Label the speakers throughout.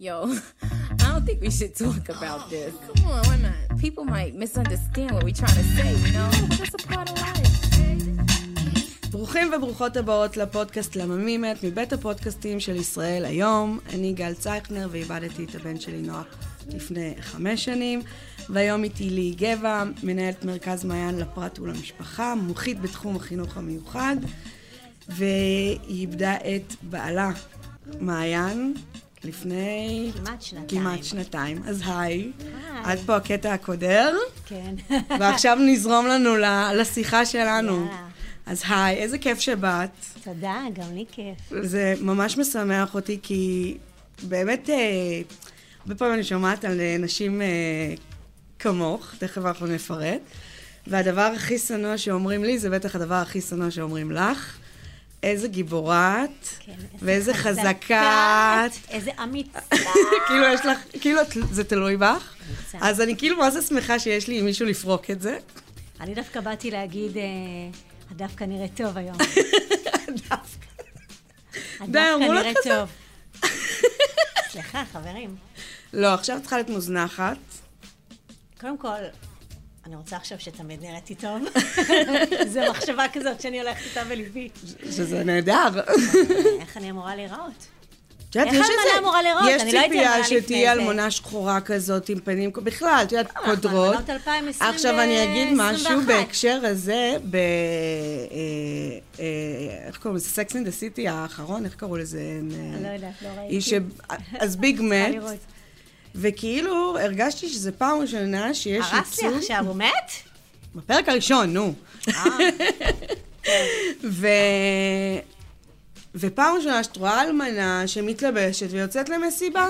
Speaker 1: Yo, I don't think we should talk about this.
Speaker 2: Come on, why not?
Speaker 1: People might misunderstand what we're trying to say, you know? That's a part of life.
Speaker 3: ברוכים וברוכות הבאות לפודקאסט למה מי מת מבית הפודקאסטים של ישראל היום. אני גל צייכנר ואיבדתי את הבן שלי נוח לפני חמש שנים, והיום איתי לי גבע, מנהלת מרכז מעיין לפרט ולמשפחה, מומחית בתחום החינוך המיוחד, והיא איבדה את בעלה, מעיין, לפני
Speaker 4: כמעט שנתיים.
Speaker 3: כמעט שנתיים. אז היי,
Speaker 4: היי.
Speaker 3: את פה הקטע הקודר.
Speaker 4: כן.
Speaker 3: ועכשיו נזרום לנו ל- לשיחה שלנו.
Speaker 4: יאללה.
Speaker 3: אז היי, איזה כיף שבאת.
Speaker 4: תודה, גם לי כיף.
Speaker 3: זה ממש משמח אותי, כי באמת, אה, הרבה פעמים אני שומעת על אה, נשים אה, כמוך, תכף אנחנו נפרט, והדבר הכי שנוא שאומרים לי, זה בטח הדבר הכי שנוא שאומרים לך. איזה גיבורה את,
Speaker 4: כן,
Speaker 3: ואיזה חזקה את.
Speaker 4: איזה אמיצה.
Speaker 3: כאילו יש לך, כאילו את- זה תלוי בך.
Speaker 4: אמיצה.
Speaker 3: אז אני כאילו מה זה שמחה שיש לי עם מישהו לפרוק את זה.
Speaker 4: אני דווקא באתי להגיד, אה, הדף כנראה טוב היום. הדף
Speaker 3: די, אמרו לך
Speaker 4: כנראה
Speaker 3: את זה?
Speaker 4: טוב. סליחה, חברים.
Speaker 3: לא, עכשיו את צריכה להיות מוזנחת.
Speaker 4: קודם כל, אני רוצה עכשיו שתמיד נראיתי טוב. זו מחשבה כזאת שאני הולכת איתה בליבי.
Speaker 3: שזה נהדר.
Speaker 4: איך אני אמורה להיראות?
Speaker 3: את יודעת,
Speaker 4: איך
Speaker 3: יש
Speaker 4: אלמנה
Speaker 3: איזה-
Speaker 4: אמורה לראות?
Speaker 3: יש
Speaker 4: אני לא הייתי
Speaker 3: ציפייה
Speaker 4: אלמנה לפני
Speaker 3: שתהיה
Speaker 4: זה.
Speaker 3: אלמונה שחורה כזאת עם פנים, בכלל, את יודעת,
Speaker 4: אנחנו
Speaker 3: קודרות.
Speaker 4: אלמנות 2020
Speaker 3: עכשיו אני אגיד משהו
Speaker 4: 21.
Speaker 3: בהקשר הזה, ב... אה, אה, איך קוראים לזה? סקס אין דה סיטי האחרון, איך קראו לזה?
Speaker 4: אני לא יודעת, לא ראיתי.
Speaker 3: היא ש... אז ביג
Speaker 4: צריכה
Speaker 3: מת,
Speaker 4: לראות.
Speaker 3: וכאילו הרגשתי שזו פעם ראשונה שיש
Speaker 4: הרס לי עכשיו, הוא מת?
Speaker 3: בפרק הראשון, נו.
Speaker 4: אה.
Speaker 3: ו... ופעם ראשונה שאת רואה אלמנה שמתלבשת ויוצאת למסיבה.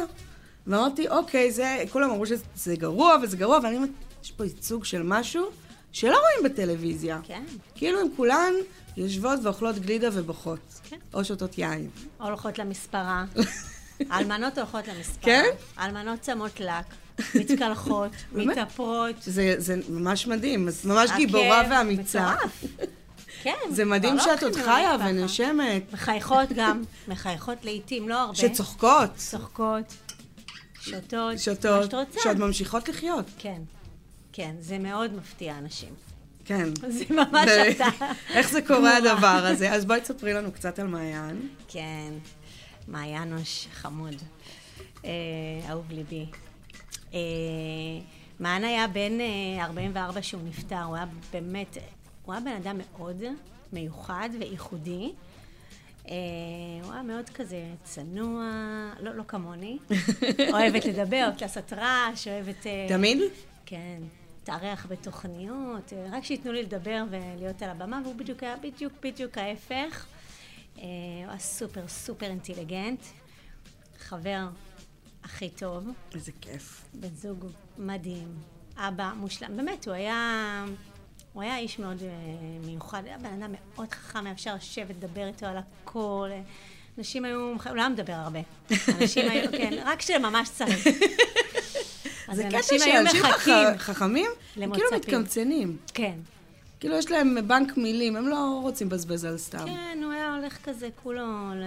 Speaker 3: ואמרתי, אוקיי, זה, כולם אמרו שזה גרוע וזה גרוע, ואני אומרת, יש פה ייצוג של משהו שלא רואים בטלוויזיה.
Speaker 4: כן.
Speaker 3: כאילו הן כולן יושבות ואוכלות גלידה ובוכות.
Speaker 4: כן.
Speaker 3: או שותות יין.
Speaker 4: הולכות למספרה. אלמנות הולכות למספרה.
Speaker 3: כן?
Speaker 4: אלמנות שמות לק, מתקלחות,
Speaker 3: באמת?
Speaker 4: מתאפרות.
Speaker 3: זה, זה ממש מדהים, אז ממש
Speaker 4: עקב,
Speaker 3: גיבורה ואמיצה.
Speaker 4: מטורף. כן.
Speaker 3: זה מדהים
Speaker 4: כבר לא
Speaker 3: שאת עוד
Speaker 4: הולכים
Speaker 3: חיה
Speaker 4: לראות ככה.
Speaker 3: ונשמת,
Speaker 4: מחייכות גם, מחייכות לעיתים, לא הרבה.
Speaker 3: שצוחקות.
Speaker 4: צוחקות, שותות, מה
Speaker 3: שותות,
Speaker 4: שאת רוצה.
Speaker 3: שעוד ממשיכות לחיות.
Speaker 4: כן. כן, זה מאוד מפתיע אנשים.
Speaker 3: כן.
Speaker 4: זה ממש
Speaker 3: ו-
Speaker 4: אתה.
Speaker 3: איך זה קורה הדבר הזה? אז בואי תספרי לנו קצת על מעיין.
Speaker 4: כן, מעיינוש חמוד, אה, אהוב ליבי. אה, מען היה בן אה, 44 שהוא נפטר, הוא היה באמת, הוא היה בן אדם מאוד מיוחד וייחודי. אה, הוא היה מאוד כזה צנוע, לא, לא כמוני, אוהבת לדבר, אוהבת לעשות רעש, אוהבת... אה,
Speaker 3: תמיד?
Speaker 4: כן, תארח בתוכניות, אה, רק שייתנו לי לדבר ולהיות על הבמה, והוא בדיוק היה בדיוק בדיוק ההפך. אה, הוא היה סופר סופר אינטליגנט, חבר הכי טוב,
Speaker 3: איזה כיף.
Speaker 4: בן זוג מדהים, אבא מושלם, באמת, הוא היה... הוא היה איש מאוד אה, מיוחד, היה בן אדם מאוד חכם, היה אפשר לשבת, לדבר איתו על הכל. אה, אנשים היו, הוא לא היה מדבר הרבה. אנשים היו, כן, רק כשממש צריך. אז
Speaker 3: זה קטע
Speaker 4: אנשים היו
Speaker 3: שאנשים
Speaker 4: מחכים.
Speaker 3: חכ- חכמים, הם כאילו
Speaker 4: למוצא פיו.
Speaker 3: מתקמצנים.
Speaker 4: כן.
Speaker 3: כאילו יש להם בנק מילים, הם לא רוצים לבזבז על סתם.
Speaker 4: כן, הוא היה הולך כזה כולו ל...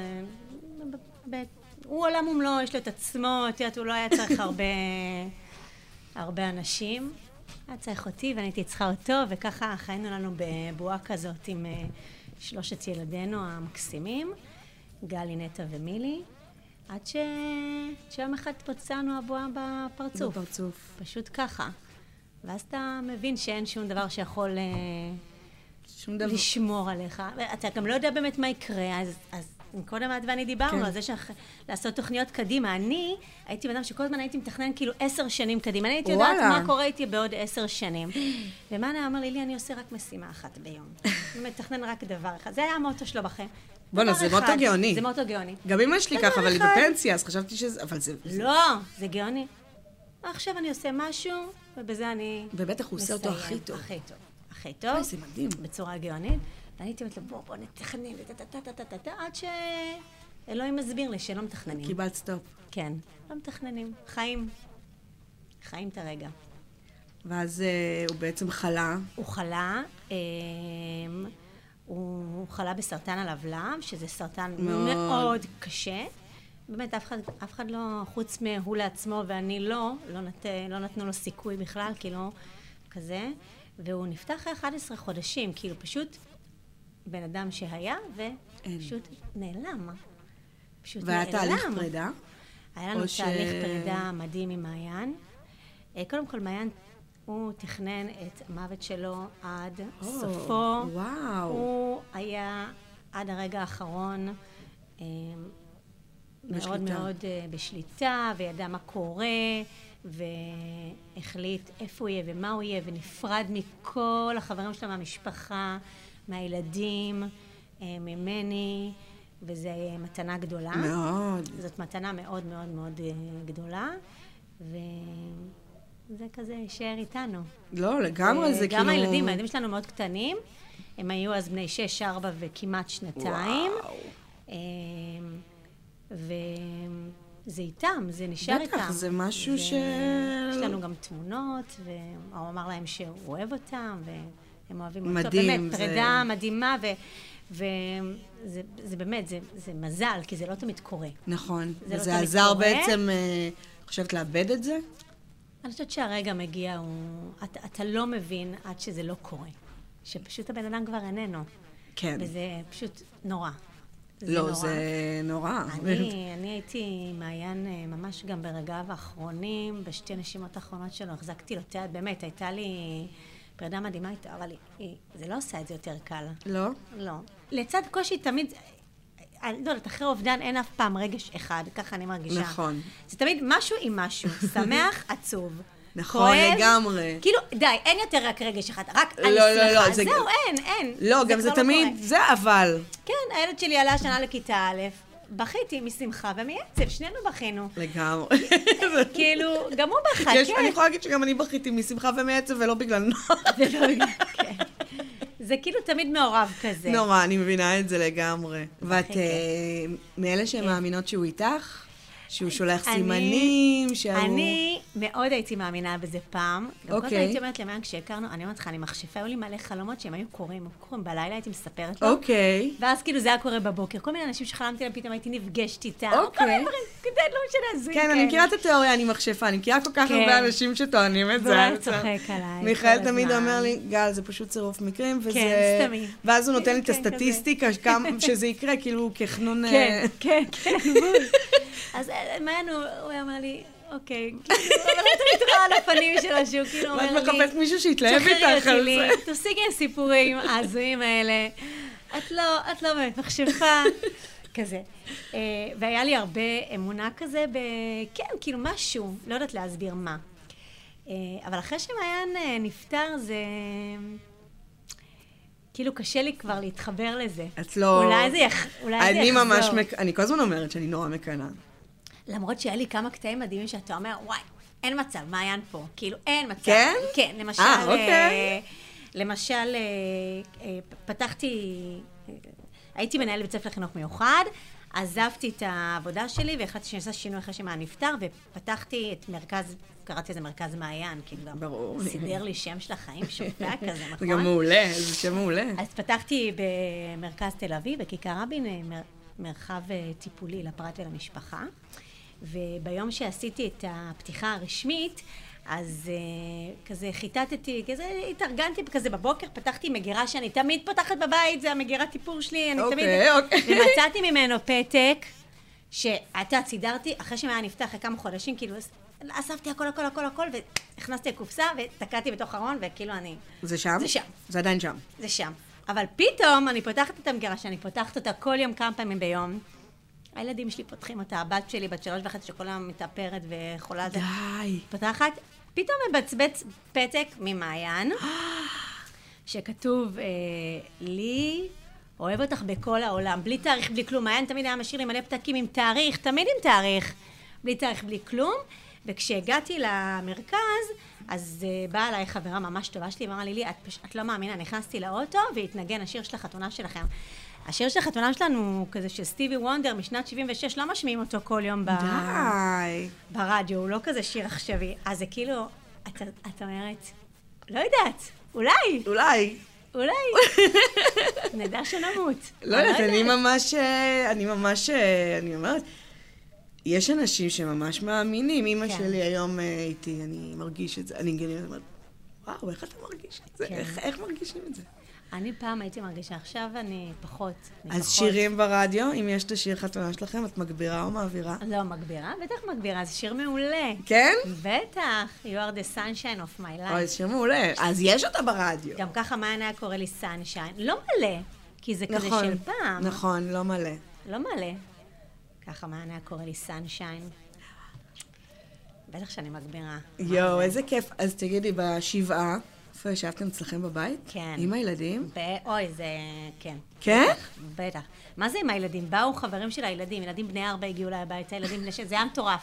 Speaker 4: ב- ב- הוא עולם ומלואו, יש לו את עצמו, את יודעת, הוא לא היה צריך הרבה, הרבה אנשים. היה צריך אותי ואני הייתי צריכה אותו, וככה חיינו לנו בבועה כזאת עם אה, שלושת ילדינו המקסימים, גלי, נטע ומילי, עד ש... שיום אחד התפוצצנו הבועה בפרצוף.
Speaker 3: בפרצוף.
Speaker 4: פשוט ככה. ואז אתה מבין שאין שום דבר שיכול... אה,
Speaker 3: שום דבר.
Speaker 4: לשמור עליך, ואתה גם לא יודע באמת מה יקרה, אז, אז קודם את ואני דיברנו
Speaker 3: כן.
Speaker 4: כן. על זה שאח... לעשות תוכניות קדימה. אני הייתי בן אדם שכל הזמן הייתי מתכנן כאילו עשר שנים קדימה, אני הייתי יודעת
Speaker 3: וואלה.
Speaker 4: מה קורה איתי בעוד עשר שנים. ומאנה אמר לי, לי אני עושה רק משימה אחת ביום. אני מתכנן רק דבר אחד. זה היה המוטו שלו בחיים.
Speaker 3: בואנה,
Speaker 4: דבר
Speaker 3: זה מוטו
Speaker 4: אחד.
Speaker 3: גאוני.
Speaker 4: זה מוטו גאוני.
Speaker 3: גם אמא שלי
Speaker 4: דבר
Speaker 3: ככה, אבל היא
Speaker 4: אחד.
Speaker 3: בפנסיה, אז חשבתי שזה... אבל זה... זה-
Speaker 4: לא, זה גאוני. עכשיו אני עושה משהו, ובזה אני...
Speaker 3: ובטח הוא עושה אותו
Speaker 4: מסיים.
Speaker 3: הכי טוב.
Speaker 4: הכי טוב. הכי טוב.
Speaker 3: אוי, זה מדהים.
Speaker 4: בצורה גאונית. ואני הייתי אומרת לו, בוא, בוא נתכנן, טה-טה-טה-טה-טה, עד שאלוהים מסביר לי שלא מתכננים.
Speaker 3: קיבלת סטופ.
Speaker 4: כן, לא מתכננים. חיים. חיים את הרגע.
Speaker 3: ואז אה, הוא בעצם חלה.
Speaker 4: הוא חלה, אמ, הוא חלה בסרטן הלבלב, שזה סרטן
Speaker 3: מאוד.
Speaker 4: מאוד קשה, באמת, אף אחד, אף אחד לא, חוץ מהוא לעצמו ואני לא, לא, נת, לא נתנו לו סיכוי בכלל, כי לא כזה. והוא נפתח אחרי 11 חודשים, כאילו פשוט בן אדם שהיה, ופשוט נעלם. פשוט
Speaker 3: והיה
Speaker 4: נעלם.
Speaker 3: תהליך פרידה?
Speaker 4: היה
Speaker 3: או
Speaker 4: לנו
Speaker 3: ש-
Speaker 4: תהליך פרידה מדהים עם מעיין. אה, קודם כל, מעיין, הוא תכנן את המוות שלו עד
Speaker 3: או,
Speaker 4: סופו.
Speaker 3: וואו.
Speaker 4: הוא היה עד הרגע האחרון אה, מאוד
Speaker 3: בשליטה.
Speaker 4: מאוד אה, בשליטה, וידע מה קורה, והחליט איפה הוא יהיה ומה הוא יהיה, ונפרד מכל החברים שלו, מהמשפחה, מהילדים, אה, ממני, וזו אה, מתנה גדולה.
Speaker 3: מאוד.
Speaker 4: זאת מתנה מאוד מאוד מאוד אה, גדולה, וזה כזה יישאר איתנו. אה,
Speaker 3: לא, לגמרי, זה כאילו...
Speaker 4: גם הילדים, הילדים שלנו מאוד קטנים, הם היו אז בני שש, ארבע וכמעט שנתיים.
Speaker 3: וואו.
Speaker 4: אה, וזה איתם, זה נשאר
Speaker 3: בטח,
Speaker 4: איתם.
Speaker 3: זה משהו ש-
Speaker 4: יש לנו גם תמונות, והוא אמר להם שהוא אוהב אותם, והם אוהבים אותו.
Speaker 3: מדהים,
Speaker 4: באמת,
Speaker 3: זה-
Speaker 4: פרידה מדהימה, ו... וזה זה באמת, זה, זה מזל, כי זה לא תמיד קורה.
Speaker 3: נכון.
Speaker 4: זה לא
Speaker 3: וזה
Speaker 4: תמיד
Speaker 3: עזר
Speaker 4: קורה.
Speaker 3: בעצם, אה, את חושבת לאבד את זה?
Speaker 4: אני חושבת שהרגע מגיע, הוא... אתה, אתה לא מבין עד שזה לא קורה. שפשוט הבן אדם כבר איננו.
Speaker 3: כן.
Speaker 4: וזה פשוט נורא. זה
Speaker 3: לא,
Speaker 4: נורא.
Speaker 3: זה נורא.
Speaker 4: אני, אני הייתי עם מעיין אה, ממש גם ברגעיו האחרונים, בשתי נשימות האחרונות שלו, החזקתי לו את היד, באמת, הייתה לי פרידה מדהימה איתו, אבל היא- היא- זה לא עושה את זה יותר קל.
Speaker 3: לא?
Speaker 4: לא. לצד קושי תמיד, אני לא יודעת, אחרי אובדן אין אף פעם רגש אחד, ככה אני מרגישה.
Speaker 3: נכון.
Speaker 4: זה תמיד משהו עם משהו, שמח, עצוב.
Speaker 3: נכון,
Speaker 4: כואב,
Speaker 3: לגמרי.
Speaker 4: כאילו, די, אין יותר רק רגש אחד, רק אני
Speaker 3: לא, לא,
Speaker 4: שמחה.
Speaker 3: לא, זה-
Speaker 4: זהו, אין, אין.
Speaker 3: לא, גם זה
Speaker 4: כבר
Speaker 3: תמיד,
Speaker 4: קורה.
Speaker 3: זה אבל.
Speaker 4: כן, הילד שלי עלה השנה לכיתה א', בכיתי משמחה ומעצב, שנינו בכינו.
Speaker 3: לגמרי.
Speaker 4: כאילו, גם הוא בכה,
Speaker 3: יש-
Speaker 4: כן.
Speaker 3: אני יכולה להגיד שגם אני בכיתי משמחה ומעצב ולא בגלל נוח.
Speaker 4: זה לא בגלל- כן. זה כאילו תמיד מעורב כזה.
Speaker 3: נורא, אני מבינה את זה לגמרי. ואת
Speaker 4: כן.
Speaker 3: אה, מאלה שמאמינות שהוא איתך? שהוא שולח
Speaker 4: אני-
Speaker 3: סימנים, שהוא...
Speaker 4: אני מאוד הייתי מאמינה בזה פעם. גם כל הזמן
Speaker 3: אוקיי.
Speaker 4: הייתי אומרת למען כשהכרנו, אני אומרת לך, אני מכשפה, היו לי מלא חלומות שהם היו קורים, היו קורים בלילה, הייתי מספרת לו.
Speaker 3: אוקיי.
Speaker 4: ואז כאילו זה היה קורה בבוקר. כל מיני אנשים שחלמתי להם, פתאום הייתי נפגשת איתם.
Speaker 3: אוקיי.
Speaker 4: כל מיני דברים, כדי, לא משנה, הזוי.
Speaker 3: כן, אני מכירה את התיאוריה, אני מכשפה, אני מכירה כל כך
Speaker 4: כן.
Speaker 3: הרבה אנשים שטוענים את זה.
Speaker 4: והוא היה
Speaker 3: אני מצטערת.
Speaker 4: צוחק עליי
Speaker 3: מיכאל
Speaker 4: כל
Speaker 3: תמיד
Speaker 4: הזמן.
Speaker 3: אומר לי, גל, זה פשוט צירוף מקרים, וזה...
Speaker 4: כן, סתמי.
Speaker 3: ואז הוא נותן לי את
Speaker 4: כן, כזה.
Speaker 3: הסטטיסטיקה, כמה- שזה יקרה, כאילו, כחנון...
Speaker 4: כן,
Speaker 3: אה,
Speaker 4: כן, כן, בול. אז אה, מעיין, הוא הוא היה אומר לי, אוקיי, כאילו, אבל היית מתראה על הפנים שלו, שהוא כאילו
Speaker 3: ואת
Speaker 4: אומר לי...
Speaker 3: מחפשת מישהו שיתלהב איתך
Speaker 4: שחררי
Speaker 3: על זה.
Speaker 4: אותי לי, תפסיקי עם סיפורים ההזויים האלה. את לא, את לא באמת מכשפה. כזה. אה, והיה לי הרבה אמונה כזה ב... כן, כאילו משהו, לא יודעת להסביר מה. אה, אבל אחרי שמעיין אה, נפטר זה... כאילו קשה לי כבר להתחבר לזה.
Speaker 3: את לא...
Speaker 4: אולי זה, יח... אולי זה
Speaker 3: אני
Speaker 4: יחזור.
Speaker 3: ממש... מק- אני כל הזמן אומרת שאני נורא מקנאה.
Speaker 4: למרות שהיה לי כמה קטעים מדהימים שאתה אומר, וואי, אין מצב, מעיין פה. כאילו, אין מצב.
Speaker 3: כן?
Speaker 4: כן, למשל...
Speaker 3: אה, אוקיי.
Speaker 4: אה, למשל, אה, אה, פ- פתחתי... אה, הייתי מנהל בית ספר לחינוך מיוחד, עזבתי את העבודה שלי והחלטתי שאני עושה שינוי אחרי שמעיין נפטר, ופתחתי את מרכז, קראתי לזה מרכז מעיין, כאילו גם...
Speaker 3: ברור.
Speaker 4: סידר לי שם של החיים, שופע כזה, נכון?
Speaker 3: זה גם מעולה, זה שם מעולה.
Speaker 4: אז פתחתי במרכז תל אביב, בכיכר רבין, אה, מר, מרחב אה, טיפולי לפרט ולמשפחה. וביום שעשיתי את הפתיחה הרשמית, אז uh, כזה חיטטתי, כזה התארגנתי כזה בבוקר, פתחתי מגירה שאני תמיד פותחת בבית, זה המגירת טיפור שלי, אני תמיד...
Speaker 3: אוקיי, אוקיי.
Speaker 4: ומצאתי ממנו פתק, שאתה סידרתי, אחרי שהם היה נפתח אחרי כמה חודשים, כאילו אספתי הכל הכל הכל הכל, והכנסתי לקופסה, ותקעתי בתוך ארון, וכאילו אני...
Speaker 3: זה שם?
Speaker 4: זה שם.
Speaker 3: זה עדיין שם.
Speaker 4: זה שם. אבל פתאום אני פותחת את המגירה שאני פותחת אותה כל יום, כמה פעמים ביום. הילדים שלי פותחים אותה, הבת שלי בת שלוש וחצי שכל היום מתאפרת וחולה על זה.
Speaker 3: די.
Speaker 4: פותחת, פתאום מבצבץ פתק ממעיין, שכתוב, אה, לי אוהב אותך בכל העולם, בלי תאריך, בלי כלום. מעיין תמיד היה משאיר לי מלא פתקים עם תאריך, תמיד עם תאריך, בלי תאריך, בלי כלום. וכשהגעתי למרכז, אז אה, באה אליי חברה ממש טובה שלי, ואמרה לי, לי, את, פש... את לא מאמינה, נכנסתי לאוטו, והתנגן השיר של החתונה שלכם. השיר של החתונה שלנו הוא כזה של סטיבי וונדר משנת 76, לא משמיעים אותו כל יום ב...
Speaker 3: די.
Speaker 4: ברדיו, הוא לא כזה שיר עכשווי. אז זה כאילו, את, את אומרת, לא יודעת, אולי,
Speaker 3: אולי.
Speaker 4: אולי, נדע שנמות.
Speaker 3: לא
Speaker 4: לא
Speaker 3: יודעת, אני ממש, אה, אני ממש, אה, אני אומרת, יש אנשים שממש מאמינים. אימא
Speaker 4: כן.
Speaker 3: שלי היום אה, איתי, אני מרגיש את זה. אני כאילו אומרת, וואו, איך אתה מרגיש את זה?
Speaker 4: כן.
Speaker 3: איך- איך מרגישים את זה?
Speaker 4: אני פעם הייתי מרגישה, עכשיו אני פחות. אני
Speaker 3: אז
Speaker 4: פחות.
Speaker 3: שירים ברדיו, אם יש את השיר חתונה שלכם, את מגבירה או מעבירה?
Speaker 4: לא, מגבירה? בטח מגבירה, זה שיר מעולה.
Speaker 3: כן?
Speaker 4: בטח, you are the sunshine of my
Speaker 3: אוי,
Speaker 4: life.
Speaker 3: זה שיר מעולה. אז יש אותה ברדיו.
Speaker 4: גם ככה מעיין היה קורא לי sunshine. לא מלא, כי זה כזה
Speaker 3: נכון,
Speaker 4: של פעם.
Speaker 3: נכון, לא מלא.
Speaker 4: לא מלא. ככה מעיין היה קורא לי sunshine. בטח שאני מגבירה.
Speaker 3: יואו, איזה כיף. אז תגידי, בשבעה, איפה ישבתם אצלכם בבית?
Speaker 4: כן.
Speaker 3: עם הילדים?
Speaker 4: ב- אוי, זה... כן.
Speaker 3: כן?
Speaker 4: בטח. מה זה עם הילדים? באו חברים של הילדים, ילדים בני ארבע הגיעו אליי הביתה, ילדים בני ש... זה היה מטורף.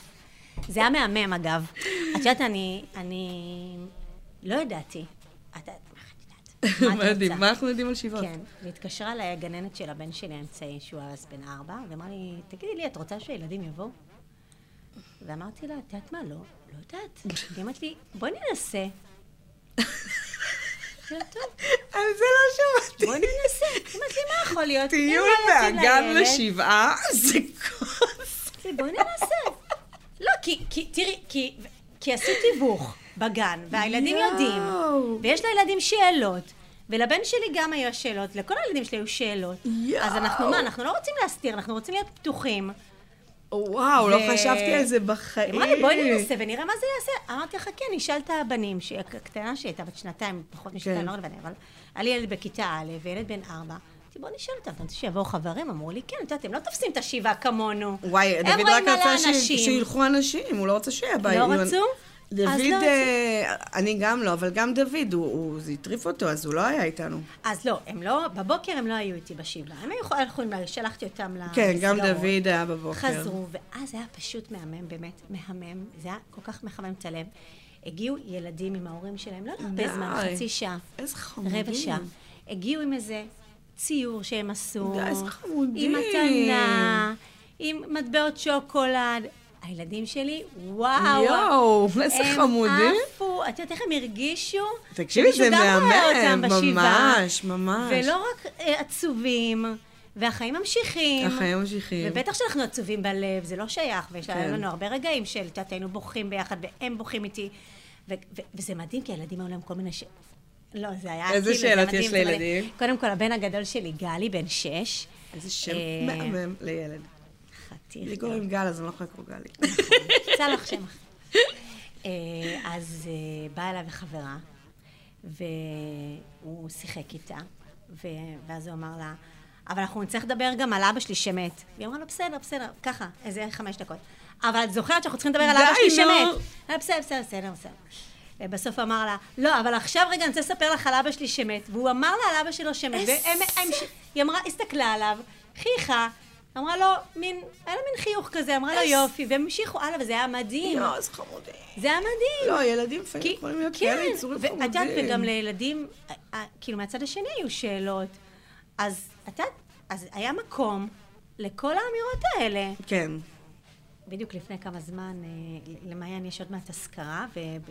Speaker 4: זה היה מהמם, אגב. את יודעת, אני... אני... לא ידעתי. את... מה את יודעת? מה את
Speaker 3: מדהים,
Speaker 4: רוצה?
Speaker 3: מה אנחנו יודעים על שבעות?
Speaker 4: כן, והתקשרה אליי הגננת של הבן שלי האמצעי, שהוא אז בן ארבע, ואמרה לי, תגידי לי, את רוצה שהילדים יבואו? ואמרתי לה, את יודעת מה, לא, לא יודעת. היא אמרת לי, בואי ננסה. אמרתי לה, "טוב,
Speaker 3: על זה לא שמעתי.
Speaker 4: בואי ננסה. היא אמרת לי, מה יכול להיות?
Speaker 3: טיול
Speaker 4: הנה, יוצאים
Speaker 3: מהגן
Speaker 4: לילד."
Speaker 3: לשבעה זה כוס.
Speaker 4: אמרתי, כן, בואי ננסה. לא, כי, כי, תראי, כי, כי עשו תיווך בגן, והילדים
Speaker 3: יואו.
Speaker 4: יודעים, ויש לילדים שאלות. ולבן שלי גם היו שאלות, לכל הילדים שלי היו שאלות.
Speaker 3: יואו.
Speaker 4: אז אנחנו מה, אנחנו לא רוצים להסתיר, אנחנו רוצים להיות פתוחים.
Speaker 3: וואו, לא
Speaker 4: ו-
Speaker 3: חשבתי על זה
Speaker 4: היא
Speaker 3: בחיים.
Speaker 4: אמרה לי, בואי
Speaker 3: אה."
Speaker 4: ננסה ונראה מה זה יעשה. אמרתי לך, כן, אני אשאל את הבנים, שהיא הקטנה שלי הייתה בת שנתיים, פחות
Speaker 3: כן.
Speaker 4: משנתיים, לא רלוונטי, אבל היה לי ילד בכיתה א' וילד בן ארבע. אמרתי, בואו נשאל אותם, אתה רוצה שיבואו חברים? אמרו לי, כן, את יודעת, הם לא תופסים את השבעה כמונו.
Speaker 3: וואי,
Speaker 4: הם
Speaker 3: דוד רק
Speaker 4: רואים מלא
Speaker 3: רצה ש-
Speaker 4: אנשים.
Speaker 3: שילכו אנשים, הוא לא רצה שיהיה
Speaker 4: לא רצו? אז לא
Speaker 3: דוד,
Speaker 4: רצו.
Speaker 3: אה, אני גם לא, אבל גם דוד, הוא- הוא, זה הטריף אותו, אז הוא לא היה איתנו.
Speaker 4: אז לא, הם לא, בבוקר הם לא היו איתי בשבעה. הם היו יכולים, יכולים- שלחתי אותם למסגרות.
Speaker 3: כן, גם דוד היה בבוקר.
Speaker 4: אה, לא חזרו, ואז היה פשוט מהמם, באמת, מהמם. זה היה כל כך מחמם את הלב. הגיעו ילדים עם ההורים שלהם, לא
Speaker 3: די.
Speaker 4: הרבה זמן, חצי שעה.
Speaker 3: איזה חמודים.
Speaker 4: רבע שעה. הגיעו עם איזה ציור שהם עשו.
Speaker 3: די, איזה חמודים.
Speaker 4: עם מתנה, עם מטבעות שוקולד. הילדים שלי, וואו.
Speaker 3: יואו, איזה חמודים.
Speaker 4: הם עפו, את יודעת איך הם הרגישו?
Speaker 3: תקשיבי,
Speaker 4: שמישהו
Speaker 3: זה
Speaker 4: גם רואה
Speaker 3: מהמם,
Speaker 4: אותם בשבעה.
Speaker 3: ממש, ממש.
Speaker 4: ולא רק אה, עצובים, והחיים ממשיכים.
Speaker 3: החיים ממשיכים.
Speaker 4: ובטח שאנחנו עצובים בלב, זה לא שייך, ויש
Speaker 3: כן.
Speaker 4: כן. לנו הרבה רגעים של, את יודעת, היינו בוכים ביחד, והם בוכים איתי, ו- ו- וזה מדהים, כי הילדים היו להם כל מיני ש... לא, זה היה
Speaker 3: איזה
Speaker 4: כאילו, זה
Speaker 3: שאלות
Speaker 4: מדהים,
Speaker 3: יש
Speaker 4: זה מדהים.
Speaker 3: לילדים?
Speaker 4: קודם כל, הבן הגדול שלי, גלי, בן שש.
Speaker 3: איזה שם
Speaker 4: אה,
Speaker 3: מהמם לילד.
Speaker 4: חתיך.
Speaker 3: לי קוראים גל, אז אני לא יכולה לקרוא גלי.
Speaker 4: צלח שם אחר. אה, אז אה, באה אליי וחברה, והוא שיחק איתה, ו- ואז הוא אמר לה, אבל אנחנו נצטרך לדבר גם על אבא שלי שמת. והיא אמרה לו, בסדר, בסדר, ככה, איזה חמש דקות. אבל את זוכרת שאנחנו צריכים לדבר על אבא
Speaker 3: די,
Speaker 4: שלי
Speaker 3: נו.
Speaker 4: שמת. אה, בסדר, בסדר, בסדר, בסדר. ובסוף אמר לה, לא, אבל עכשיו רגע אני רוצה לספר לך על אבא שלי שמת. והוא אמר לה על אבא שלו שמת. והם- הם ש- היא אמרה, הסתכלה עליו, חייכה, אמרה לו, מין, היה לה מין חיוך כזה, אמרה לו יופי, והם המשיכו הלאה, וזה היה מדהים.
Speaker 3: יואו, איזה לא, חמודים.
Speaker 4: זה היה מדהים.
Speaker 3: לא, ילדים לפעמים יכולים להיות כאלה יצורים
Speaker 4: כן, ואת
Speaker 3: חמודים.
Speaker 4: יודעת, וגם לילדים, אה, אה, כאילו מהצד השני היו שאלות. אז את יודעת, אז היה מקום לכל האמירות האלה.
Speaker 3: כן.
Speaker 4: בדיוק לפני כמה זמן, אה, למעיין יש עוד מעט אזכרה,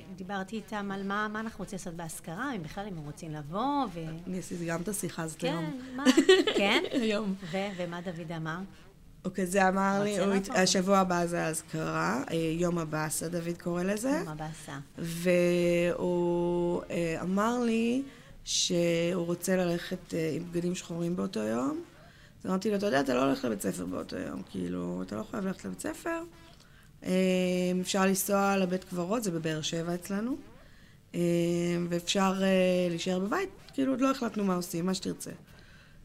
Speaker 4: ודיברתי איתם על מה, מה אנחנו רוצים לעשות באזכרה, אם בכלל הם רוצים לבוא, ו...
Speaker 3: אני עשיתי גם את השיחה הזאת
Speaker 4: כן,
Speaker 3: היום.
Speaker 4: מה, אה? כן?
Speaker 3: היום.
Speaker 4: ו- ומה דוד אמר?
Speaker 3: אוקיי, זה אמר לי,
Speaker 4: רוצה
Speaker 3: הוא הת-
Speaker 4: לעבור.
Speaker 3: השבוע הבא זה האזכרה, אה, יום הבאסה, דוד קורא לזה.
Speaker 4: מה בעשה?
Speaker 3: והוא אה, אמר לי שהוא רוצה ללכת אה, עם בגדים שחורים באותו יום. אז אמרתי לו, אתה יודע, אתה לא הולך לבית ספר באותו יום, כאילו, אתה לא חייב ללכת לבית ספר. אה, אפשר לנסוע לבית קברות, זה בבאר שבע אצלנו. אה, ואפשר אה, להישאר בבית, כאילו, עוד לא החלטנו מה עושים, מה שתרצה.